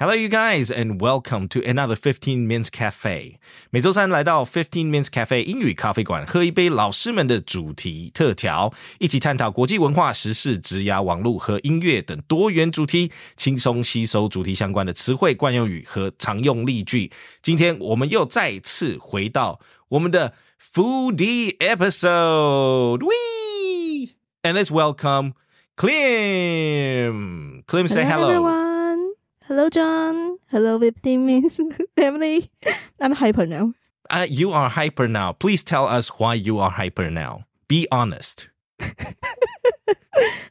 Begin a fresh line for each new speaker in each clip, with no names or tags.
Hello, you guys, and welcome to another Fifteen Minutes Cafe。每周三来到 Fifteen Minutes Cafe 英语咖啡馆，喝一杯老师们的主题特调，一起探讨国际文化、时事、职涯、网络和音乐等多元主题，轻松吸收主题相关的词汇、惯用语和常用例句。今天我们又再次回到我们的 Foodie episode。Wee! And let's welcome Clem. Clem, say hello.
everyone. Hello, John. Hello, 15 Minutes family. I'm hyper now.
uh, you are hyper now. Please tell us why you are hyper now. Be honest.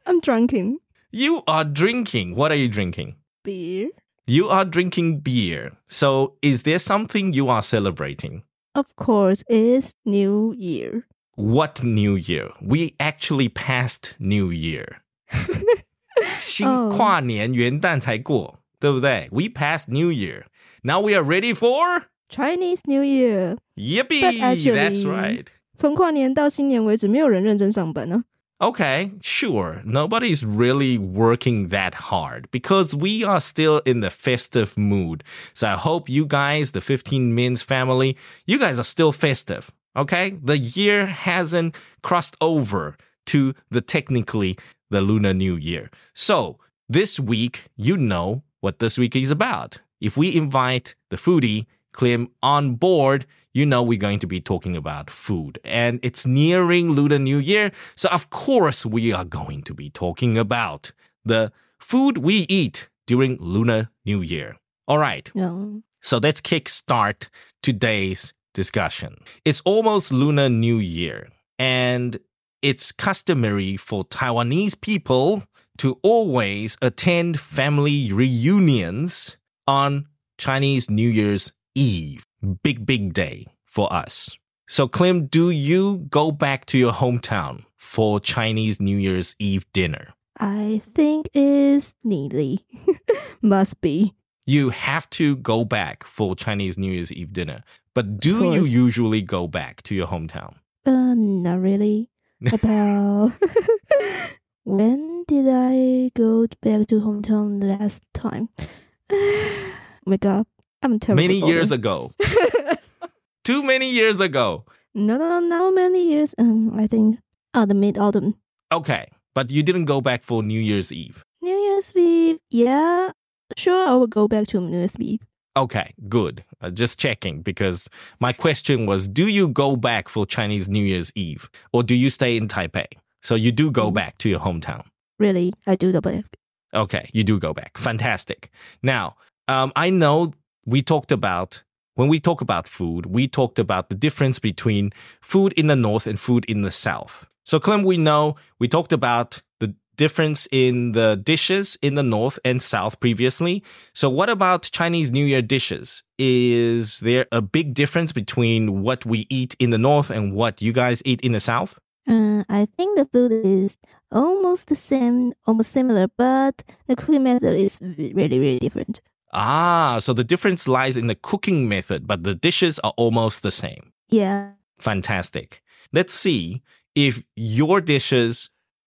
I'm drinking
You are drinking. What are you drinking?
beer.
You are drinking beer. So, is there something you are celebrating?
Of course, it's New Year.
What New Year? We actually passed New Year.
Oh.
新跨年元旦才过，对不对？We passed New Year. Now we are ready for
Chinese New Year.
Yippee!
But actually-
That's right.
从跨年到新年为止，没有人认真上班呢、
Okay, sure. Nobody's really working that hard because we are still in the festive mood. So I hope you guys, the 15 Mins family, you guys are still festive. Okay? The year hasn't crossed over to the technically the Lunar New Year. So this week, you know what this week is about. If we invite the foodie, Clem, on board, you know we're going to be talking about food. And it's nearing Lunar New Year. So, of course, we are going to be talking about the food we eat during Lunar New Year. All right.
啊。嗯
So let's kickstart today's discussion. It's almost Lunar New Year, and it's customary for Taiwanese people to always attend family reunions on Chinese New Year's Eve. Big, big day for us. So, Clem, do you go back to your hometown for Chinese New Year's Eve dinner?
I think it's Neely. Must be.
you have to go back for Chinese New Year's Eve dinner. But do you
course.
usually go back to your hometown?
Uh, not really. About when did I go back to hometown last time? my God, I'm terrible.
Many years
ago.
ago. Too many years ago.
No, no, no, not many years. Um, I think uh, the mid autumn,
Okay. But you didn't go back for New Year's Eve.
New Year's Eve. Yeah, sure, I will go back to New Year's Eve.
Okay, good. Uh, just checking because my question was do you go back for Chinese New Year's Eve or do you stay in Taipei? So you do go
Mm.
back to your hometown.
Really, I do double. it.
Okay, you do go back. Fantastic. Now, um, I know we talked about when we talk about food, we talked about the difference between food in the north and food in the south. So, Clem, we know we talked about the difference in the dishes in the north and south previously. So, what about Chinese New Year dishes? Is there a big difference between what we eat in the north and what you guys eat in the south?
Uh, I think the food is almost the same, almost similar, but the cooking method is really, really different.
Ah, so the difference lies in the cooking method, but the dishes are almost the same.
Yeah,
fantastic. Let's see if your dishes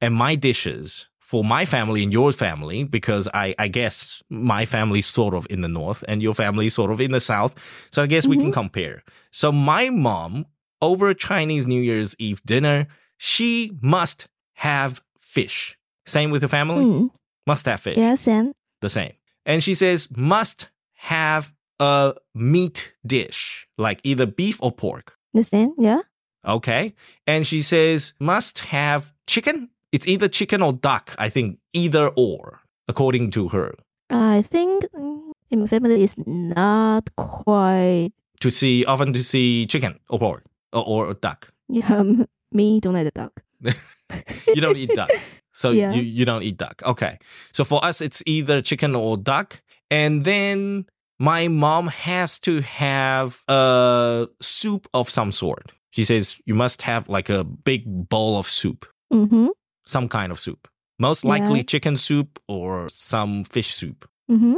and my dishes for my family and your family, because I, I guess my family's sort of in the north and your family sort of in the south. So I guess we can compare. So my mom over Chinese New Year's Eve dinner, she must have fish. Same with your family?
mm.
Must have fish
yeah, Sam.
the same. And she says, must have a meat dish, like either beef or pork.
The same, yeah.
Okay. And she says, must have chicken. It's either chicken or duck, I think, either or, according to her,
I think mm, in my family it's not quite.
to see, often to see chicken or pork or, or duck.
Yeah, um, me don't like the duck.
You don't e-, eat duck. So
Yeah.
you, you don't eat duck. Okay. So for us, it's either chicken or duck. And then my mom has to have a soup of some sort. She says you must have like a big bowl of soup,
Mm-hmm.
some kind of soup. Most
Yeah.
likely chicken soup or some fish soup.
Mm-hmm.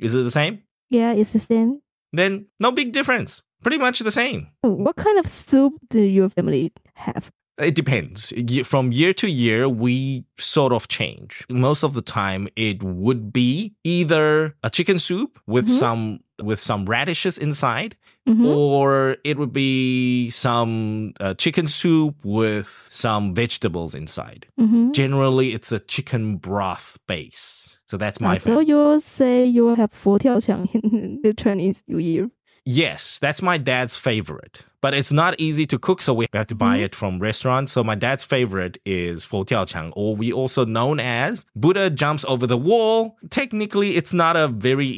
Is it the same?
Yeah, it's the same.
Then no big difference. Pretty much the same.
What kind of soup do your family have?
It depends. Ye- From year to year, we sort of change. Most of the time, it would be either a chicken soup with
Mhm.
some with some radishes inside, Oh,
Mhm.
or it would be some uh, chicken soup with some vegetables inside.
Mhm.
Generally, it's a chicken broth base. So that's my
I thought
favorite.
you say you have 佛跳墙 in the Chinese New Year.
Yes, that's my dad's favorite. But it's not easy to cook, so we have to buy
Mhm.
it from restaurants. So my dad's favorite is Fo Tiao Chang, or we also known as Buddha jumps over the wall. Technically, it's not a very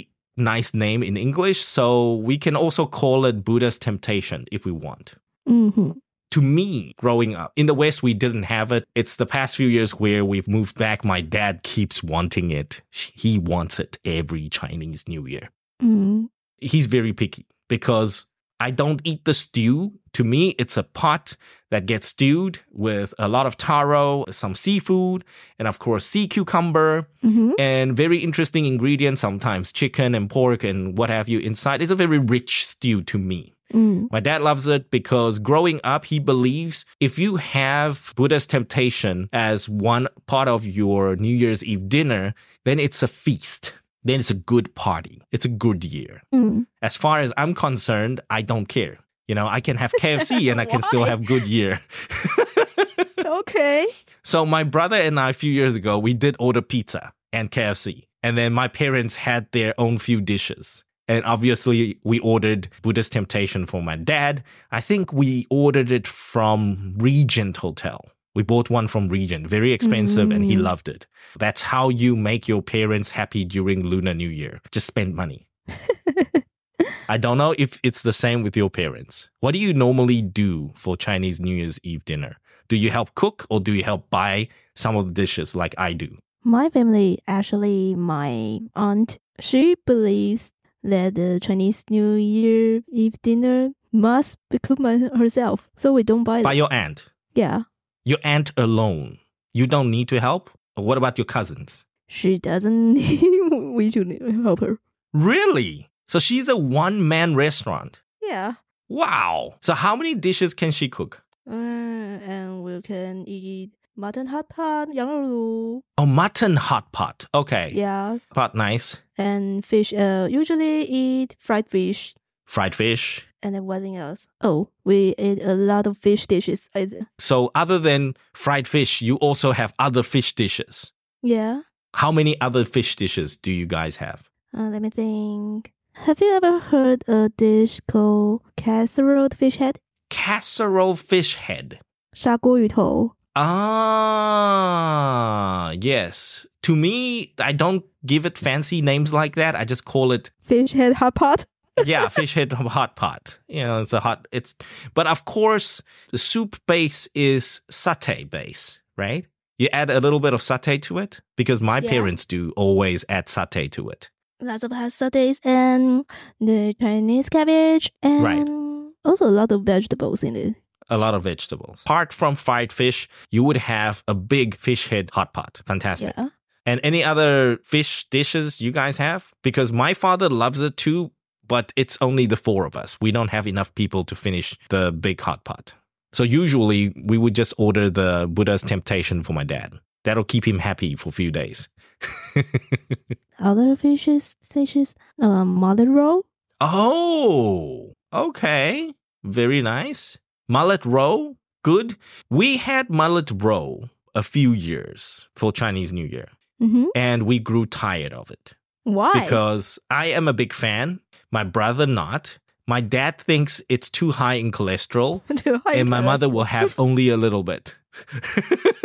nice name in English, so we can also call it Buddha's temptation if we want.
hmm
to me growing up in the west we didn't have it it's the past few years where we've moved back my dad keeps wanting it he wants it every chinese new year
Mm.
he's very picky because i don't eat the stew to me it's a pot that gets stewed with a lot of taro some seafood and of course sea cucumber
hmm
and very interesting ingredients sometimes chicken and pork and what have you inside it's a very rich stew to me
Mm.
my dad loves it because growing up, he believes if you have Buddha's temptation as one part of your New Year's Eve dinner, then it's a feast. Then it's a good party. It's a good year.
Mm.
As far as I'm concerned, I don't care. You know, I can have KFC and I can still
Why?
have good year.
Okay.
So my brother and I a few years ago, we did order pizza and KFC. And then my parents had their own few dishes. And obviously we ordered Buddha's Temptation for my dad. I think we ordered it from Regent Hotel. We bought one from Regent, very expensive, and he
Mm.
loved it. That's how you make your parents happy during Lunar New Year. Just spend money. I don't know if it's the same with your parents. What do you normally do for Chinese New Year's Eve dinner? Do you help cook or do you help buy some of the dishes like I do?
My family, actually, my aunt, she believes that the Chinese New Year Eve dinner must be cooked by herself, so we don't buy
By
it.
your aunt.
Yeah,
Your aunt alone. You don't need to help? Or what about your cousins?
she doesn't. we should help her.
Really? So she's a one man restaurant.
Yeah,
Wow. So how many dishes can she cook?
uh, and we can eat mutton hot pot, 羊肉炉.
Oh, mutton hot pot. Okay.
Yeah,
Pot nice.
and fish. Uh, usually eat fried fish.
Fried fish.
And then what else? Oh, we eat a lot of fish dishes. I th-
So other than fried fish, you also have other fish dishes.
Yeah.
How many other fish dishes do you guys have?
Uh, let me think. Have you ever heard a dish called casserole fish head?
Casserole fish head.
砂锅鱼头.
Ah, yes. To me, I don't give it fancy names like that. I just call it,
Fish head hot pot?
yeah, fish head hot pot. You know, it's a hot, it's, but of course, the soup base is satay base, right? You add a little bit of satay to it because my
Yeah.
parents do always add satay to it.
Lots of hot sautés and the Chinese cabbage and
Right.
also a lot of vegetables in it.
A lot of vegetables. Apart from fried fish, you would have a big fish head hot pot. Fantastic.
Yeah.
And any other fish dishes you guys have? Because my father loves it too, but it's only the four of us. We don't have enough people to finish the big hot pot. So usually we would just order the Buddha's temptation for my dad. That'll keep him happy for a few days.
Other fishes dishes. Uh, mother roll.
Oh, okay. Very nice. Mullet roe, good. We had mullet roe a few years for Chinese New Year,
Mm-hmm.
and we grew tired of it.
Why?
because I am a big fan. My brother not. My dad thinks it's too high in cholesterol,
Do I
and my
curse?
mother will have only a little bit.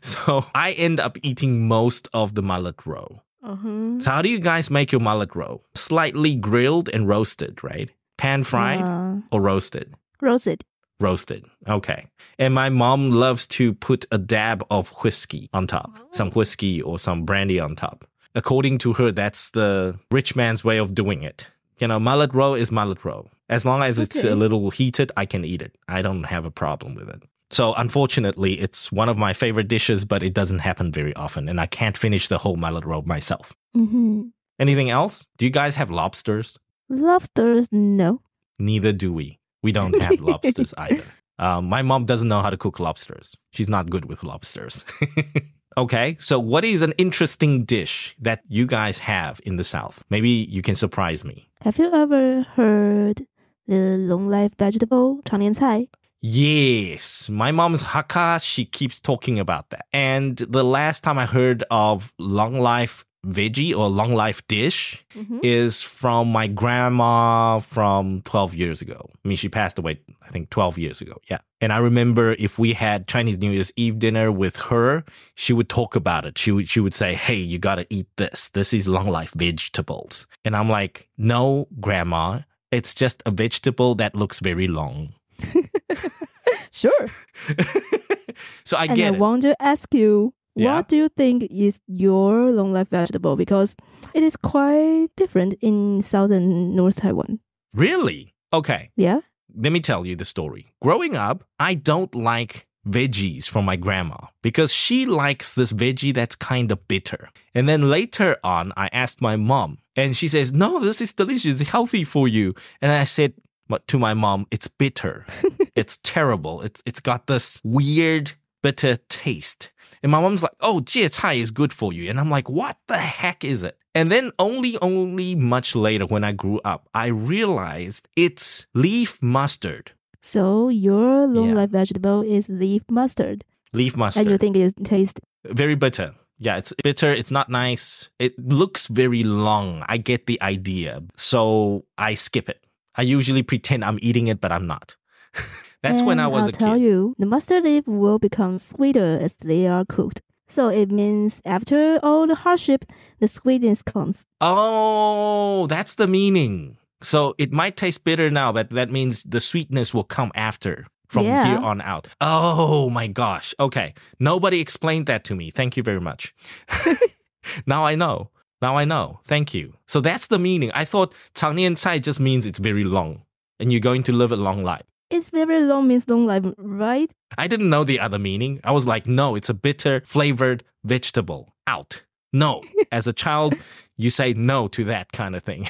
so I end up eating most of the mullet roe.
Uh-huh.
So how do you guys make your mullet roe? Slightly grilled and roasted, right? Pan fried
Uh,
or roasted?
roasted.
Roasted. Okay. And my mom loves to put a dab of whiskey on top, some whiskey or some brandy on top. According to her, that's the rich man's way of doing it. You know, mullet roll is mullet roll. As long as it's
Okay.
a little heated, I can eat it. I don't have a problem with it. So, unfortunately, it's one of my favorite dishes, but it doesn't happen very often, and I can't finish the whole mullet roll myself.
Mm-hmm.
Anything else? Do you guys have lobsters?
Lobsters, no.
Neither do we. We don't have lobsters either. Uh, my mom doesn't know how to cook lobsters. She's not good with lobsters. okay, so what is an interesting dish that you guys have in the South? Maybe you can surprise me.
Have you ever heard the long life vegetable 常年菜
Yes, my mom's Hakka, she keeps talking about that. And the last time I heard of long life veggie or long life dish
Mhm.
is from my grandma from 12 years ago. I mean, she passed away, I think, 12 years ago. Yeah. And I remember if we had Chinese New Year's Eve dinner with her, she would talk about it. She would, she would say, Hey, you got to eat this. This is long life vegetables. And I'm like, No, grandma, it's just a vegetable that looks very long.
Sure.
so I
and I
get it.
want to ask you,
Yeah.
what do you think is your long life vegetable? Because it is quite different in South and North Taiwan.
Really? Okay.
Yeah.
Let me tell you the story. Growing up, I don't like veggies from my grandma because she likes this veggie that's kind of bitter. And then later on, I asked my mom, and she says, No, this is delicious, it's healthy for you. And I said, but to my mom, it's bitter. it's terrible. It's it's got this weird bitter taste. And my mom's like, oh, jie cai is good for you. And I'm like, what the heck is it? And then only, only much later when I grew up, I realized it's leaf mustard.
So your long
Yeah.
life vegetable is leaf mustard,
Leaf
and you
mustard.
think it tastes
very bitter. Yeah, it's bitter. It's not nice. It looks very long. I get the idea. So I skip it. I usually pretend I'm eating it, but I'm not. That's when I
And
was
I'll
a
tell
kid.
you, the mustard leaf will become sweeter as they are cooked. So it means after all the hardship, the sweetness comes.
Oh, that's the meaning. So it might taste bitter now, but that means the sweetness will come after from
Yeah.
here on out. Oh my gosh. Okay. Nobody explained that to me. Thank you very much. now I know. Now I know. Thank you. So that's the meaning. I thought 常年菜 just means it's very long and you're going to live a long life.
It's very long means long life, right?
I didn't know the other meaning. I was like, no, it's a bitter flavored vegetable. Out. No. As a child, you say no to that kind of thing.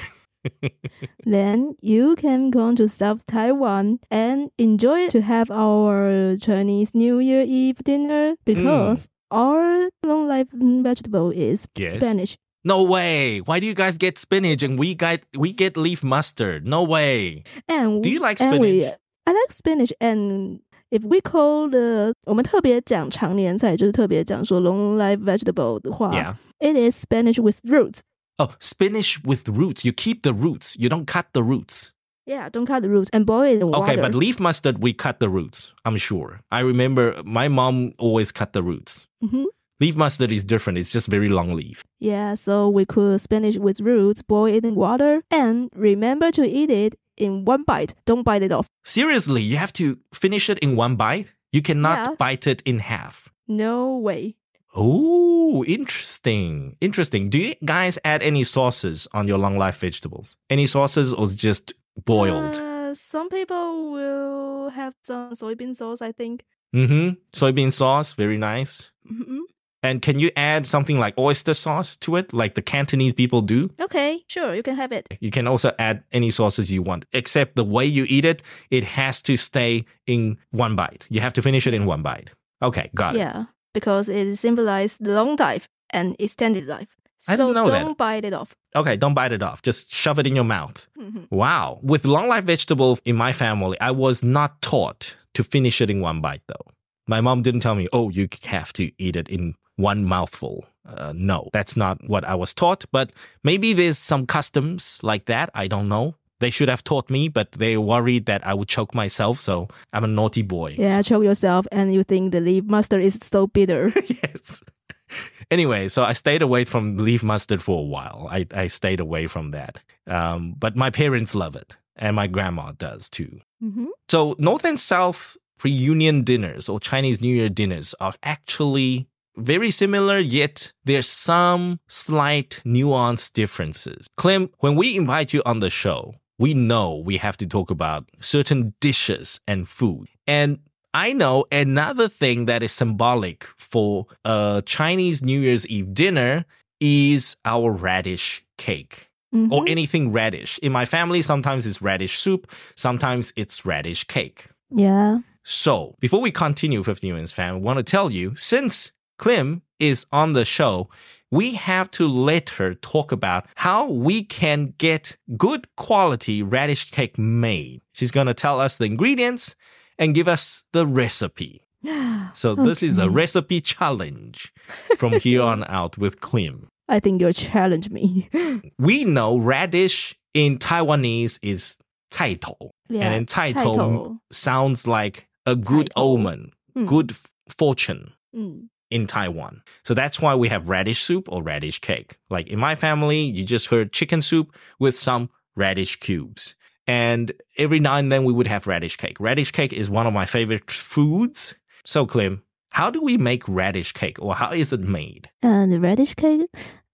then you can come to South Taiwan and enjoy to have our Chinese New Year Eve dinner because our long life vegetable is
Mm. Yes.
Spanish.
No way. Why do you guys get spinach and we get we get leaf mustard? No way.
And
Do you like
and we,
spinach?
I like spinach and if we call the 我们特别讲常年菜，就是特别讲说 long life vegetable 的话
Yeah.
it is Spanish with roots.
Oh, spinach with roots. You keep the roots. You don't cut the roots.
Yeah, don't cut the roots and boil it in water.
Okay, but leaf mustard we cut the roots. I'm sure. I remember my mom always cut the roots.
Mhm.
Leaf mustard is different. It's just very long leaf.
yeah, so we cook spinach with roots, boil it in water, and remember to eat it in one bite. Don't bite it off.
Seriously, you have to finish it in one bite. You cannot
Yeah.
bite it in half.
No way.
Oh, interesting. Interesting. Do you guys add any sauces on your long life vegetables? Any sauces or just boiled?
Uh, some people will have some soybean sauce, I think.
Mm-hmm. Soybean sauce, very nice.
Mhm.
And can you add something like oyster sauce to it, like the Cantonese people do?
Okay, sure, you can have it.
You can also add any sauces you want, except the way you eat it, it has to stay in one bite. You have to finish it in one bite. Okay, got it.
Yeah, because it symbolizes long life and extended life.
I
so
didn't know that.
don't bite it off.
Okay, don't bite it off. Just shove it in your mouth.
Mhm.
Wow. With long life vegetable in my family, I was not taught to finish it in one bite though. My mom didn't tell me, oh, you have to eat it in one mouthful. Uh, no, that's not what I was taught. But maybe there's some customs like that. I don't know. They should have taught me, but they worried that I would choke myself. So I'm a naughty boy.
Yeah, choke yourself and you think the leaf mustard is so bitter.
yes. Anyway, so I stayed away from leaf mustard for a while. I, I stayed away from that. Um, but my parents love it, and my grandma does too.
hmm
So North and South reunion dinners or Chinese New Year dinners are actually very similar, yet there's some slight nuance differences. Clem, when we invite you on the show, we know we have to talk about certain dishes and food. And I know another thing that is symbolic for a Chinese New Year's Eve dinner is our radish cake
Mm-hmm.
or anything radish. In my family, sometimes it's radish soup, sometimes it's radish cake.
yeah,
So, before we continue, 15 Minutes fam, I want to tell you since Klim is on the show, we have to let her talk about how we can get good quality radish cake made. She's going to tell us the ingredients and give us the recipe. So, this is a
Okay.
recipe challenge from here on out with Klim.
I think you'll challenge me.
We know radish in Taiwanese is 菜头,
yeah.
and then 菜头
title.
sounds like a good
菜头。
omen,
Mm.
good f- fortune
Mm.
in Taiwan. So that's why we have radish soup or radish cake. Like in my family, you just heard chicken soup with some radish cubes. And every now and then we would have radish cake. Radish cake is one of my favorite foods. So, Clem, how do we make radish cake or how is it made?
And the radish cake,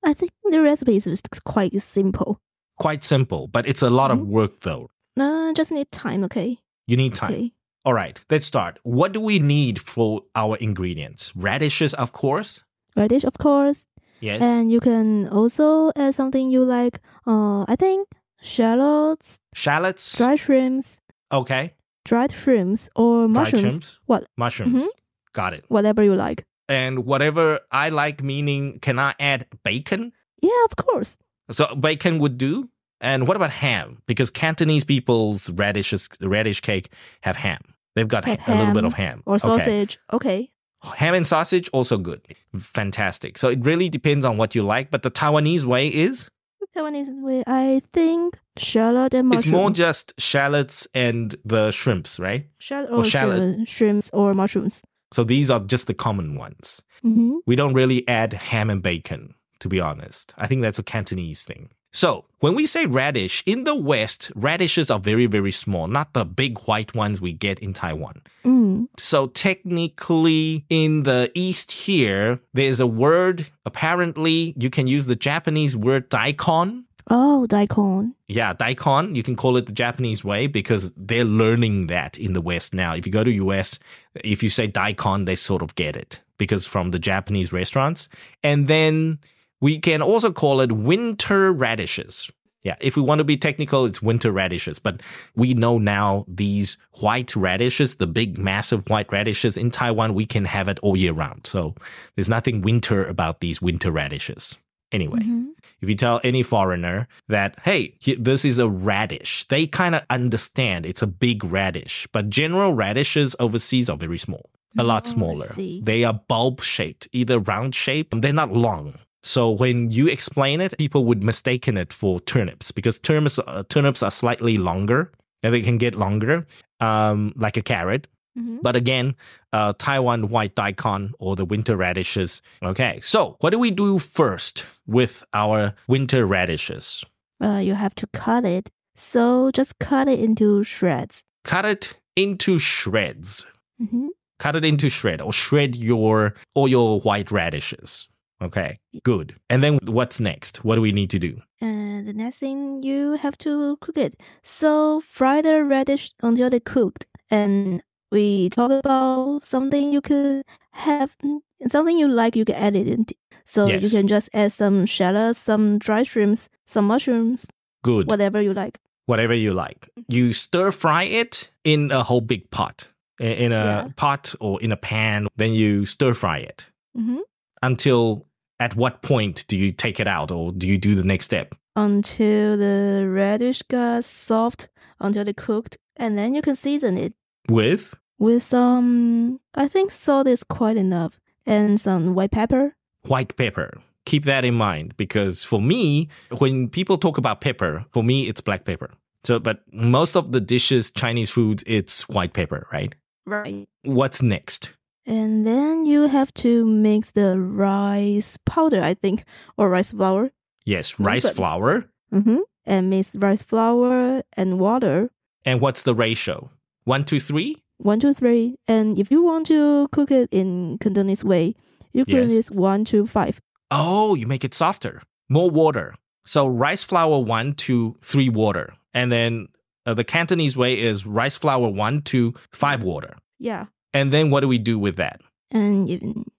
I think the recipe is s- quite simple.
Quite simple, but it's a lot of
Mhm.
work though.
Uh, just need time, okay?
You need time.
Okay.
All right, let's start. What do we need for our ingredients? Radishes, of course.
Radish, of course.
Yes.
And you can also add something you like. Uh, I think shallots,
Shallots.
dry shrimps,
okay.
dried shrimps, or mushrooms,
Dried shrimps.
What? Mm-hmm.
Mushrooms. Got it.
whatever you like.
and whatever I like, meaning can I add bacon?
Yeah, of course.
So bacon would do. And what about ham? Because Cantonese people's radishes, radish cake have ham. They've got
Have
ha- a little bit
ham
of ham
Or
Okay.
sausage. Okay.
Ham and sausage also good, fantastic. So it really depends on what you like. But the Taiwanese way is
Taiwanese way, I think shallot and mushroom.
it's more just shallots and the shrimps, right?
shallot
or
or
shallot.
shrimp- shrimps or mushrooms.
So these are just the common ones.
Mm-hmm.
We don't really add ham and bacon, to be honest. I think that's a Cantonese thing. So, when we say radish, in the West, radishes are very, very small, not the big white ones we get in Taiwan.
Mm.
So, technically, in the East here, there's a word, apparently, you can use the Japanese word daikon.
Oh, daikon.
Yeah, daikon, you can call it the Japanese way because they're learning that in the West now. If you go to US, if you say daikon, they sort of get it because from the Japanese restaurants. And then we can also call it winter radishes. Yeah, if we want to be technical, it's winter radishes. But we know now these white radishes, the big, massive white radishes in Taiwan, we can have it all year round. So there's nothing winter about these winter radishes. Anyway.
Mhm.
If you tell any foreigner that, hey, he- this is a radish, they kind of understand it's a big radish. But general radishes overseas are very small, a lot
Oh, I
smaller.
see.
They are bulb shaped, either round shaped, and they're not long. So when you explain it, people would mistaken it for turnips because turnips, uh, turnips are slightly longer and they can get longer, um, like a carrot.
Mhm.
But again, uh, Taiwan white daikon or the winter radishes. Okay, so what do we do first with our winter radishes?
Uh, you have to cut it. So just cut it into shreds.
Cut it into shreds.
hmm
Cut it into shred or shred your all your white radishes. Okay, good. And then what's next? What do we need to do?
And the next thing you have to cook it. So fry the radish until they cooked. And we talk about something you could have, mm, something you like, you can add it in. So you
Yes.
can just add some shallots, some dry shrimps, some mushrooms,
Good.
whatever you like.
whatever you like. You stir fry it in a whole big pot, i- in a
Yeah.
pot or in a pan. Then you stir fry it.
hmm
until at what point do you take it out or do you do the next step?
Until the radish got soft, until they cooked. And then you can season it
With?
with some, I think salt is quite enough, and some white pepper.
White pepper. Keep that in mind because for me, when people talk about pepper, for me, it's black pepper. So, but most of the dishes, Chinese foods, it's white pepper, right?
Right.
What's next?
And then you have to mix the rice powder, I think, or rice flour.
Yes,
Mm,
rice
but-
flour.
Mm-hmm. And mix rice flour and water.
And what's the ratio? One, two, three?
One, two, three. And if you want to cook it in Cantonese way, you put
Yes.
this one, two, five.
Oh, you make it softer. More water. So rice flour one, two, three water. And then uh, the Cantonese way is rice flour one, two, five water.
Yeah.
And then what do we do with that?
And you,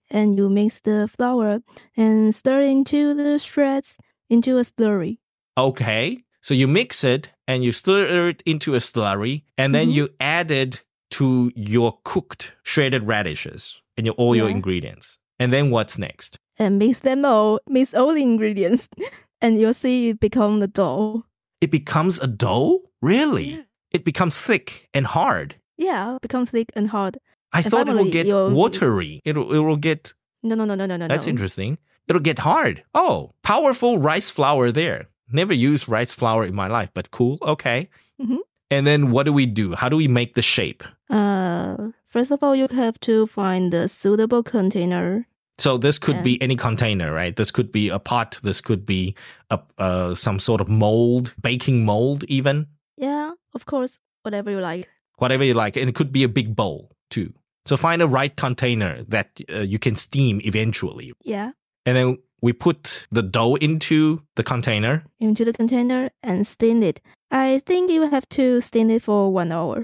and you mix the flour and stir into the shreds into a slurry.
Okay. So you mix it and you stir it into a slurry and then
Mhm.
you added to your cooked shredded radishes and your, all your
Yeah.
ingredients. And then what's next?
and mix them all, mix all the ingredients, and you'll see it become the dough.
It becomes a dough? Really?
Yeah.
It becomes thick and hard.
Yeah, become thick and hard.
I
And
thought it will
finally,
get
your-
watery. It, it will get,
No, no, no, no, no, no.
that's
no.
interesting. It'll get hard. Oh, powerful rice flour there. Never used rice flour in my life, but cool. Okay.
Mhm.
And then what do we do? How do we make the shape?
Uh, first of all, you have to find a suitable container.
So this could
Yeah.
be any container, right? This could be a pot. This could be a uh, some sort of mold, baking mold, even
Yeah, of course, whatever you like.
whatever you like, and it could be a big bowl too. So find a right container that uh, you can steam eventually,
Yeah,
and then we put the dough into the container.
into the container and steam it. I think you have to steam it for one hour.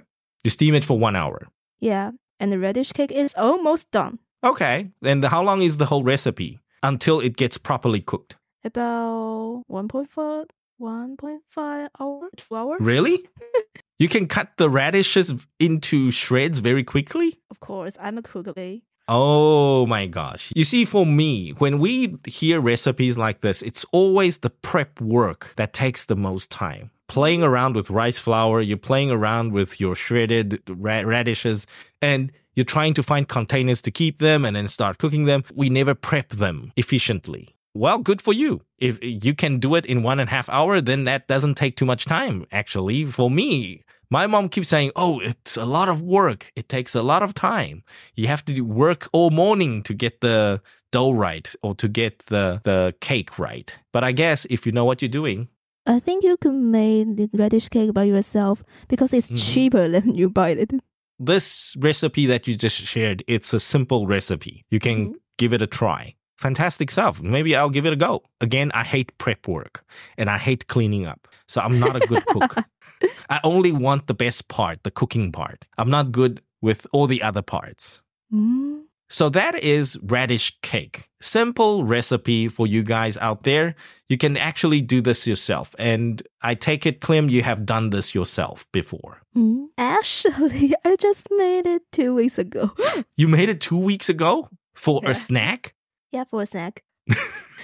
You steam it for one hour.
Yeah, and the radish cake is almost done.
Okay. And how long is the whole recipe until it gets properly cooked?
About 1.4, 1.5 hour, two hours.
Really? you can cut the radishes into shreds very quickly.
Of course, I'm a cook, okay?
Oh my gosh. You see, for me, when we hear recipes like this, it's always the prep work that takes the most time. Playing around with rice flour, you're playing around with your shredded ra- radishes, and you're trying to find containers to keep them and then start cooking them. We never prep them efficiently. Well, good for you. If you can do it in one and a half hour, then that doesn't take too much time, actually. For me, my mom keeps saying, Oh, it's a lot of work. It takes a lot of time you have to do- work all morning to get the dough right or to get the, the cake right. But I guess if you know what you're doing,
I think you can make the radish cake by yourself because it's
Mhm.
cheaper than you buy it.
this recipe that you just shared, it's a simple recipe. You can
Mhm.
give it a try. Fantastic stuff. Maybe I'll give it a go. Again, I hate prep work and I hate cleaning up. So I'm not a good cook. I only want the best part, the cooking part. I'm not good with all the other parts.
Mm.
So that is radish cake. Simple recipe for you guys out there. You can actually do this yourself. And I take it, Clem, you have done this yourself before.
Mm. Actually, I just made it two weeks ago.
You made it two weeks ago for
Yeah.
a snack?
yeah, for a snack.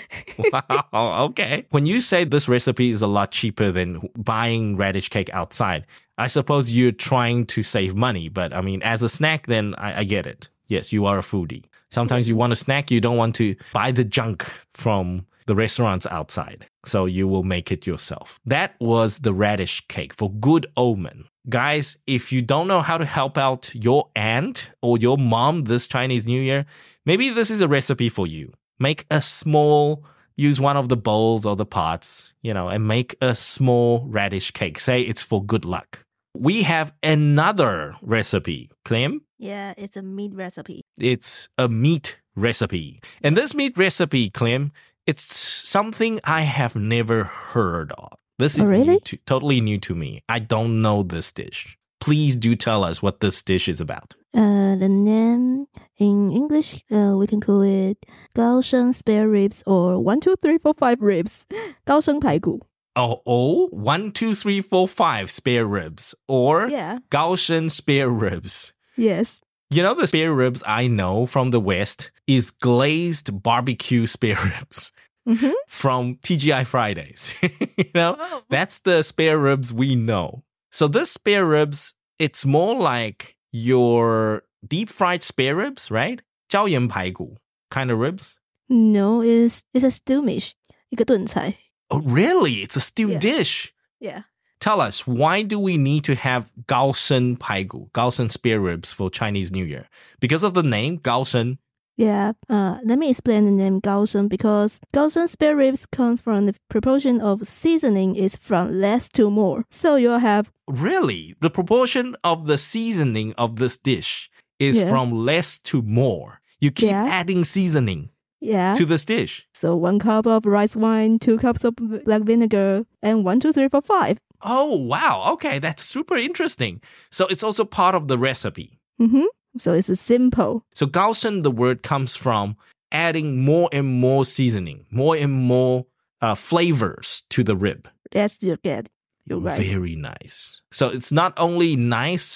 Wow, okay. When you say this recipe is a lot cheaper than buying radish cake outside, I suppose you're trying to save money. But I mean, as a snack, then I, I get it. Yes, you are a foodie. Sometimes you want a snack, you don't want to buy the junk from the restaurants outside. So you will make it yourself. That was the radish cake for good omen. Guys, if you don't know how to help out your aunt or your mom this Chinese New Year, maybe this is a recipe for you. Make a small use one of the bowls or the pots, you know, and make a small radish cake. Say it's for good luck. We have another recipe, Clem.
Yeah, it's a meat recipe.
It's a meat recipe. And this meat recipe, Clem, it's something I have never heard of. This
Oh,
is
really?
new to, totally new to me. I don't know this dish. Please do tell us what this dish is about.
Uh, the name in English, uh, we can call it Gaosheng spare ribs or one, two, three, four, five ribs. Gaosheng 排骨.
Oh, oh, one, two, three, four, five spare ribs or
Yeah.
Gaoshen spare ribs.
Yes.
You know, the spare ribs I know from the West is glazed barbecue spare ribs
Mm-hmm.
from TGI Fridays. you know, that's the spare ribs we know. So this spare ribs, it's more like your deep fried spare ribs, right? 椒盐排骨 kind of ribs.
No, it's it's a stew meat. 一个炖菜.
Oh, really? It's a stew
Yeah.
dish.
Yeah.
Tell us, why do we need to have Gaosen Paigu, Gaosen spare ribs for Chinese New Year? Because of the name Gaosen,
Yeah, uh, let me explain the name Gaosheng because Gaosheng spare ribs comes from the proportion of seasoning is from less to more. So you'll have
really the proportion of the seasoning of this dish is
Yeah.
from less to more you keep
Yeah.
adding seasoning
yeah.
to this dish
so one cup of rice wine, two cups of black vinegar, and one, two, three, four, five.
oh wow okay that's super interesting so it's also part of the recipe
Mm-hmm. So it's simple.
so gaosen the word comes from adding more and more seasoning more and more uh, flavors to the rib
That's your get. You're right.
Very nice. So it's not only nice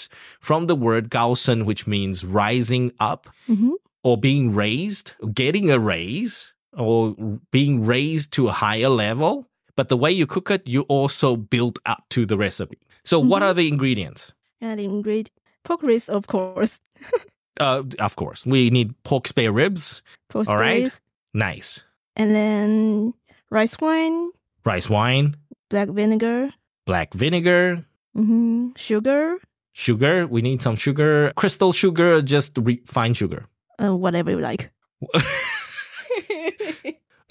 from the word Gaosen, which means rising up
Mhm.
or being raised, getting a raise, or being raised to a higher level, but the way you cook it, you also build up to the recipe. So, what
Mhm.
are the ingredients?
And ingredient pork ribs, of course.
Uh, of course, we need pork spare ribs.
Pork
All right.
ribs.
Nice.
And then rice wine,
Rice wine,
black vinegar,
black vinegar,
hmm sugar,
sugar. We need some sugar, crystal sugar, just refined sugar.
uh, whatever you like.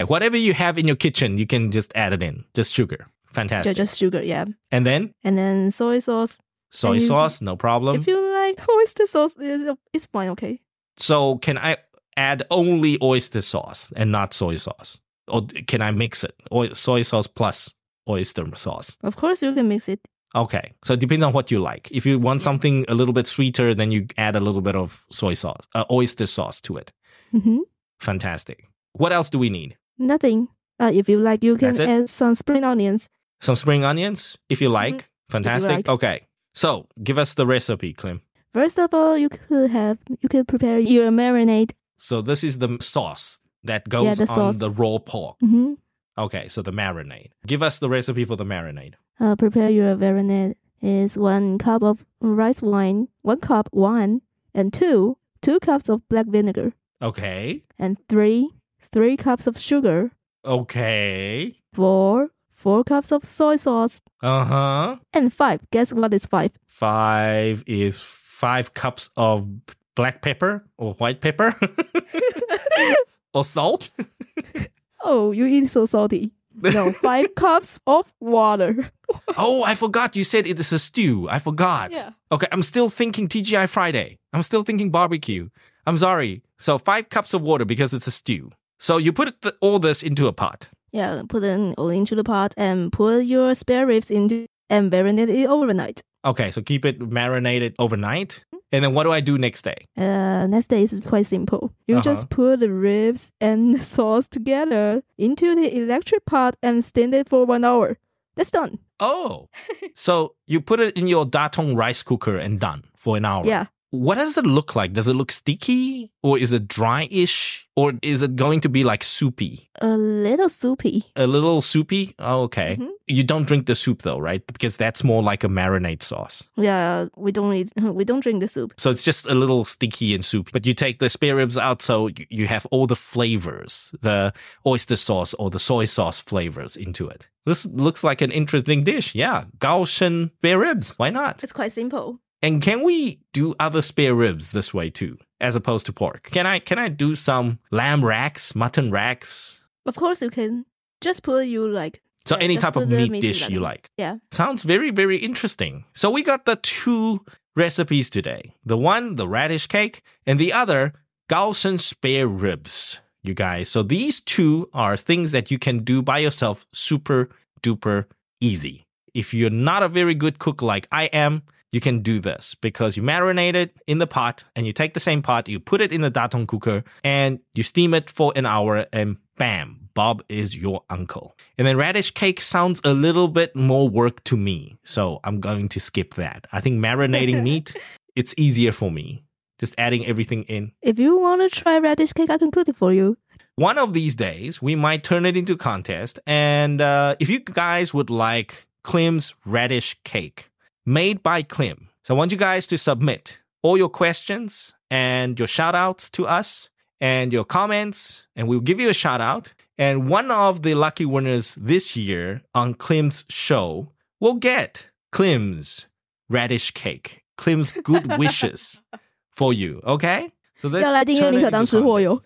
Whatever you have in your kitchen, you can just add it in. Just sugar.
Ju-
Fantastic.
Just sugar, yeah.
and then
And then soy sauce.
soy
And if-
sauce, no problem.
If you like oyster sauce, it's it's fine, okay?
so can I add only oyster sauce and not soy sauce? Or can I mix it? Oy- soy sauce plus oyster sauce.
Of course, you can mix it.
Okay. So it depends on what you like. If you want something a little bit sweeter, then you add a little bit of soy sauce, uh, oyster sauce to it.
hmm
Fantastic. What else do we need?
Nothing. Uh, if you like, you can
That's it?
add some spring onions.
Some spring onions, if you like. Fantastic.
Mm-hmm. like.
Okay. So give us the recipe, Clem.
First of all, you could have you could prepare your marinade.
So this is the sauce that goes
the
on
sauce.
the raw pork.
hmm
Okay, so the marinade. Give us the recipe for the marinade.
Uh, prepare your marinade is one cup of rice wine, one cup wine, and two two cups of black vinegar,
Okay.
and three three cups of sugar,
Okay.
four four cups of soy sauce,
Uh-huh.
and five. Guess what is five?
5 is 5 cups of black pepper or white pepper or salt.
Oh, you eat so salty. No, five cups of water.
Oh, I forgot you said it is a stew. I forgot.
Yeah.
Okay, I'm still thinking TGI Friday. I'm still thinking barbecue. I'm sorry. So 5 cups of water because it's a stew. So you put the, all this into a pot.
Yeah, put them all into the pot and put your spare ribs into and marinate it overnight.
Okay, so keep it marinated overnight.
Mm-hmm.
And then what do I do next day?
Uh, next day is quite simple. You
Uh-huh.
just put the ribs and the sauce together into the electric pot and steam it for one hour. That's done.
Oh, so you put it in your datong rice cooker and done for an hour.
Yeah.
What does it look like? Does it look sticky or is it dry ish or is it going to be like soupy?
A little soupy.
A little soupy? Oh, okay.
Mhm.
You don't drink the soup though, right? Because that's more like a marinade sauce.
Yeah, we don't eat, we don't drink the soup.
So it's just a little sticky and soupy. But you take the spare ribs out so you- you have all the flavors, the oyster sauce or the soy sauce flavors into it. This looks like an interesting dish. Yeah. Gaoshen spare ribs. Why not?
It's quite simple.
And can we do other spare ribs this way too, as opposed to pork? Can I can I do some lamb racks, mutton racks?
Of course, you can just put you like
So
Yeah,
any
just
type of
put the
meat
meat
dish
together.
you like.
Yeah.
Sounds very, very interesting. So we got the two recipes today. The one, the radish cake, and the other, Gaussian spare ribs, you guys. So these two are things that you can do by yourself super duper easy. If you're not a very good cook like I am, you can do this because you marinate it in the pot and you take the same pot, you put it in the datong cooker and you steam it for an hour and bam, Bob is your uncle. And then radish cake sounds a little bit more work to me. So I'm going to skip that. I think marinating meat, it's easier for me. Just adding everything in.
If you want to try radish cake, I can cook it for you.
One of these days, we might turn it into contest. And uh, if you guys would like Klim's radish cake made by Klim, so I want you guys to submit all your questions and your shout outs to us and your comments, and we'll give you a shout out. And one of the lucky winners this year on Klim's show will get Klim's radish cake, Klim's good wishes for you. Okay? So let's turn it into contest.
要来订阅宁可当吃货哟。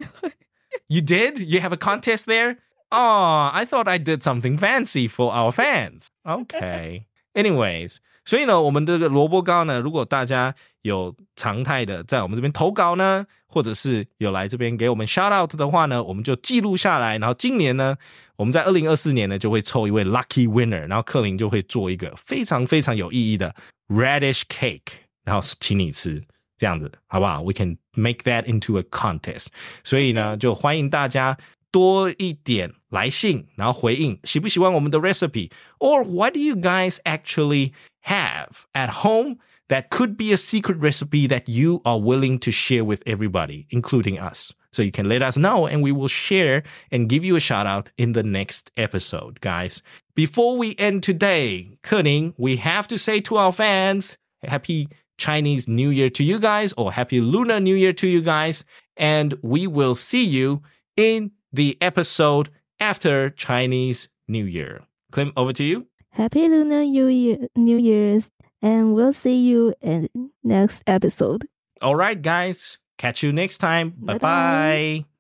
You did? You have a contest there? Oh, I thought I did something fancy for our fans. Okay. Anyways，所以呢，我们这个萝卜糕呢，如果大家有常态的在我们这边投稿呢，或者是有来这边给我们 shout out 的话呢，我们就记录下来。然后今年呢，我们在二零二四年呢就会抽一位 lucky winner，然后克林就会做一个非常非常有意义的 radish cake，然后请你吃，这样子好不好？We can make that into a contest。所以呢，就欢迎大家多一点来信，然后回应喜不喜欢我们的 recipe or what do you guys actually have at home that could be a secret recipe that you are willing to share with everybody, including us. So you can let us know and we will share and give you a shout out in the next episode, guys. Before we end today, Kuning, we have to say to our fans, happy Chinese New Year to you guys or happy Lunar New Year to you guys. And we will see you in the episode after Chinese New Year. Clem, over to you.
Happy Lunar New Year, New Year's, and we'll see you in next episode.
All right, guys. Catch you next time. Bye bye.
Bye-bye.